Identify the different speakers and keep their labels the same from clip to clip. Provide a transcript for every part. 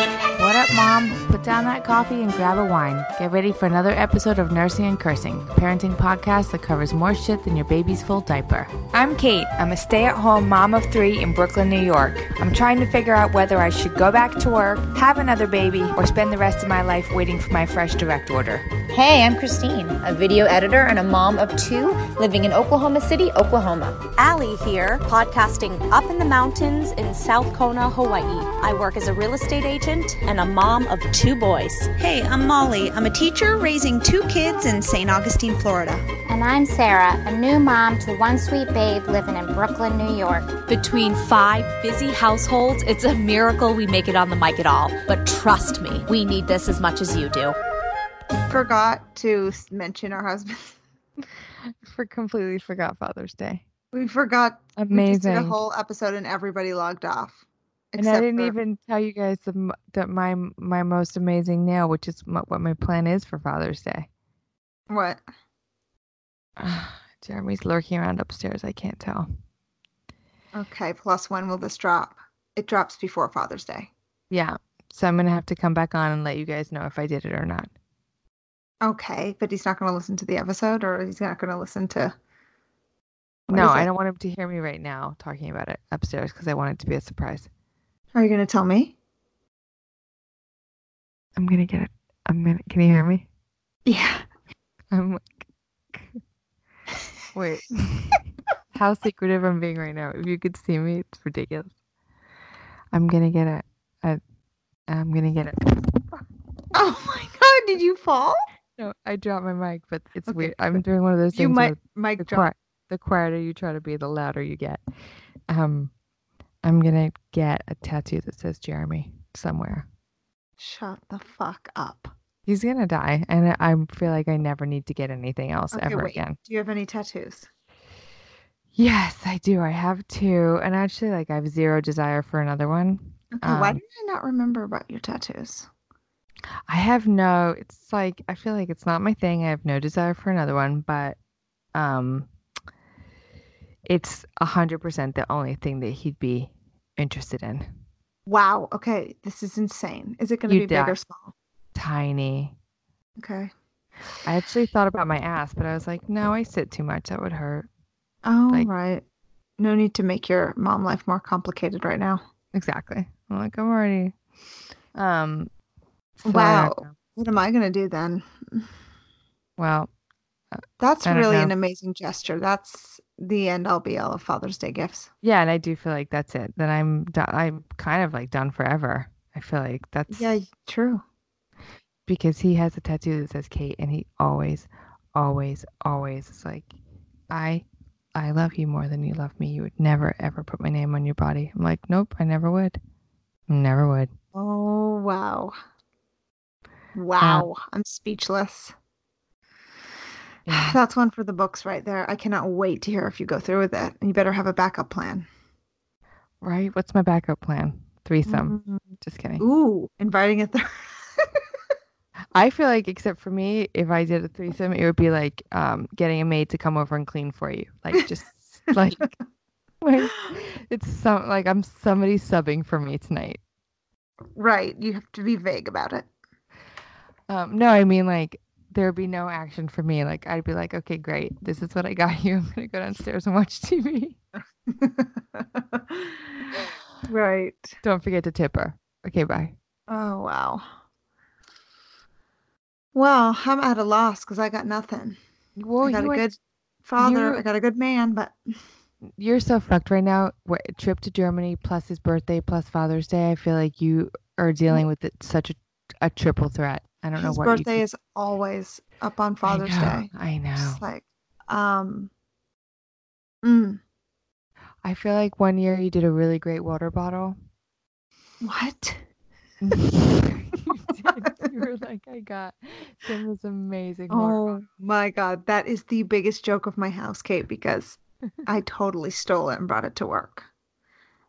Speaker 1: up, Mom? Put down that coffee and grab a wine. Get ready for another episode of Nursing and Cursing, a parenting podcast that covers more shit than your baby's full diaper.
Speaker 2: I'm Kate. I'm a stay at home mom of three in Brooklyn, New York. I'm trying to figure out whether I should go back to work, have another baby, or spend the rest of my life waiting for my fresh direct order.
Speaker 3: Hey, I'm Christine, a video editor and a mom of two living in Oklahoma City, Oklahoma.
Speaker 4: Allie here, podcasting up in the mountains in South Kona, Hawaii. I work as a real estate agent and a mom of two boys.
Speaker 5: Hey, I'm Molly. I'm a teacher raising two kids in St. Augustine, Florida.
Speaker 6: And I'm Sarah, a new mom to one sweet babe living in Brooklyn, New York.
Speaker 7: Between five busy households, it's a miracle we make it on the mic at all. But trust me, we need this as much as you do.
Speaker 8: Forgot to s- mention our husbands.
Speaker 9: For completely forgot Father's Day.
Speaker 8: We forgot we just did
Speaker 9: Amazing.
Speaker 8: a whole episode and everybody logged off.
Speaker 9: And I didn't
Speaker 8: for-
Speaker 9: even tell you guys the, m- that my my most amazing nail, which is m- what my plan is for Father's Day.
Speaker 8: what?
Speaker 9: Jeremy's lurking around upstairs. I can't tell.
Speaker 8: Okay, plus when will this drop? It drops before Father's Day.
Speaker 9: Yeah. So I'm gonna have to come back on and let you guys know if I did it or not.
Speaker 8: Okay, but he's not going to listen to the episode, or he's not going to listen to. What
Speaker 9: no,
Speaker 8: is
Speaker 9: I
Speaker 8: it?
Speaker 9: don't want him to hear me right now talking about it upstairs because I want it to be a surprise.
Speaker 8: Are you going to tell me?
Speaker 9: I'm gonna get it. I'm gonna. Can you hear me?
Speaker 8: Yeah.
Speaker 9: I'm. like- Wait. How secretive I'm being right now. If you could see me, it's ridiculous. I'm gonna get a. a I'm gonna get it.
Speaker 8: Oh my God! Did you fall?
Speaker 9: No, I dropped my mic, but it's
Speaker 8: Okay,
Speaker 9: weird. I'm doing one of those
Speaker 8: You
Speaker 9: things.
Speaker 8: might
Speaker 9: where
Speaker 8: mic
Speaker 9: the,
Speaker 8: drop.
Speaker 9: qui- the quieter you try to be, the louder you get. Um, I'm gonna get a tattoo that says Jeremy somewhere.
Speaker 8: Shut the fuck up.
Speaker 9: He's gonna die, and I, I feel like I never need to get anything else
Speaker 8: Okay,
Speaker 9: ever
Speaker 8: wait.
Speaker 9: again.
Speaker 8: Do you have any tattoos?
Speaker 9: Yes, I do. I have two, and actually, like, I have zero desire for another one.
Speaker 8: Okay, why
Speaker 9: Um,
Speaker 8: did I not remember about your tattoos?
Speaker 9: I have no. It's like I feel like it's not my thing. I have no desire for another one, but um, it's a hundred percent the only thing that he'd be interested in.
Speaker 8: Wow. Okay, this is insane. Is it going to
Speaker 9: You
Speaker 8: be big
Speaker 9: die.
Speaker 8: or small?
Speaker 9: Tiny.
Speaker 8: Okay.
Speaker 9: I actually thought about my ass, but I was like, no, I sit too much. That would hurt.
Speaker 8: Oh,
Speaker 9: Like-
Speaker 8: right. No need to make your mom life more complicated right now.
Speaker 9: Exactly. I'm like, I'm already. Um. so I don't
Speaker 8: Wow.
Speaker 9: know.
Speaker 8: What am I going to do then?
Speaker 9: Well,
Speaker 8: That's
Speaker 9: I don't
Speaker 8: really an
Speaker 9: know.
Speaker 8: amazing gesture. That's the end all be all of Father's Day gifts.
Speaker 9: Yeah, and I do feel like that's it. That I'm done. I'm kind of like done forever. I feel like that's
Speaker 8: Yeah, true.
Speaker 9: because he has a tattoo that says Kate, and he always, always, always is like, I, I love you more than you love me. You would never ever put my name on your body. I'm like, nope, I never would. Never would.
Speaker 8: Oh, wow. Wow. I'm speechless.
Speaker 9: Yeah.
Speaker 8: That's one for the books right there. I cannot wait to hear if you go through with it. You better have a backup plan.
Speaker 9: Right? What's my backup plan? Threesome. Just kidding.
Speaker 8: Mm-hmm. Ooh, inviting a third.
Speaker 9: I feel like, except for me, if I did a threesome, it would be like um, getting a maid to come over and clean for you. Like just like, like it's some like I'm somebody subbing for me tonight.
Speaker 8: Right. You have to be vague about it.
Speaker 9: Um, no, I mean like there'd be no action for me. Like I'd be like, okay, great, this is what I got you. I'm gonna go downstairs and watch TV.
Speaker 8: right.
Speaker 9: Don't forget to tip her. Okay, bye.
Speaker 8: Oh, wow. Well, I'm at a loss because I got nothing.
Speaker 9: Well,
Speaker 8: I got
Speaker 9: you
Speaker 8: a
Speaker 9: are,
Speaker 8: good father.
Speaker 9: you-
Speaker 8: I got a good man, but
Speaker 9: you're so fucked right now. What, trip to Germany plus his birthday plus Father's Day. I feel like you are dealing with it, such a, a triple threat. I don't know
Speaker 8: his
Speaker 9: what
Speaker 8: birthday
Speaker 9: you
Speaker 8: is always up on
Speaker 9: I
Speaker 8: Father's
Speaker 9: know,
Speaker 8: Day.
Speaker 9: I know.
Speaker 8: Just like, um, mm,
Speaker 9: I feel like one year you did a really great water bottle.
Speaker 8: what?
Speaker 9: you did. You were like, I got Tim this amazing. water
Speaker 8: Oh my God. That is the biggest joke of my house, Kate, because I totally stole it and brought it to work,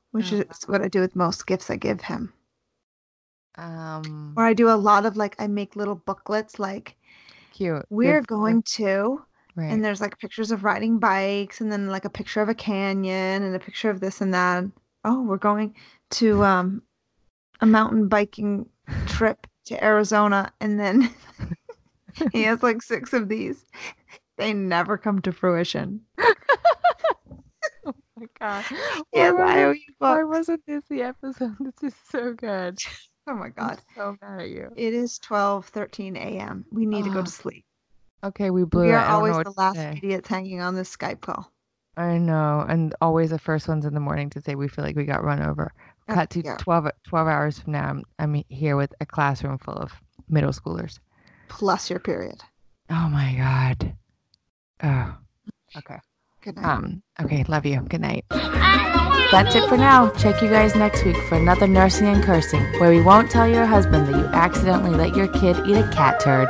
Speaker 8: which
Speaker 9: Oh,
Speaker 8: is what I do with most gifts I give him.
Speaker 9: bottle." Um,
Speaker 8: Or I do a lot of like, I make little booklets like,
Speaker 9: cute.
Speaker 8: we're
Speaker 9: Good for-
Speaker 8: going to.
Speaker 9: Right.
Speaker 8: and there's like pictures of riding bikes and then like a picture of a canyon and a picture of this and that oh we're going to um a mountain biking trip to Arizona, and then he has like six of these. They never come to fruition.
Speaker 9: Oh my god.
Speaker 8: Yes, I owe
Speaker 9: why,
Speaker 8: you
Speaker 9: why
Speaker 8: books.
Speaker 9: wasn't this the episode? This is so good.
Speaker 8: Oh my
Speaker 9: I'm
Speaker 8: god.
Speaker 9: so mad at you.
Speaker 8: It is 12, 13 a.m. We need to go
Speaker 9: Ugh.
Speaker 8: to sleep.
Speaker 9: Okay, we blew
Speaker 8: we
Speaker 9: it.
Speaker 8: are
Speaker 9: Ah, I don't know
Speaker 8: always
Speaker 9: what
Speaker 8: the
Speaker 9: to
Speaker 8: last
Speaker 9: say.
Speaker 8: idiots hanging on this Skype call.
Speaker 9: I know, and always the first ones in the morning to say we feel like we got run over.
Speaker 8: Uh,
Speaker 9: Cut to
Speaker 8: yeah.
Speaker 9: 12, 12 hours from now, I'm, I'm here with a classroom full of middle schoolers.
Speaker 8: Plus your period.
Speaker 9: Oh my god. Oh. Okay.
Speaker 8: Good night.
Speaker 9: Um. Okay. Love you. Good night.
Speaker 1: That's it for now. Check you guys next week for another Nursing and Cursing, where we won't tell your husband that you accidentally let your kid eat a cat turd.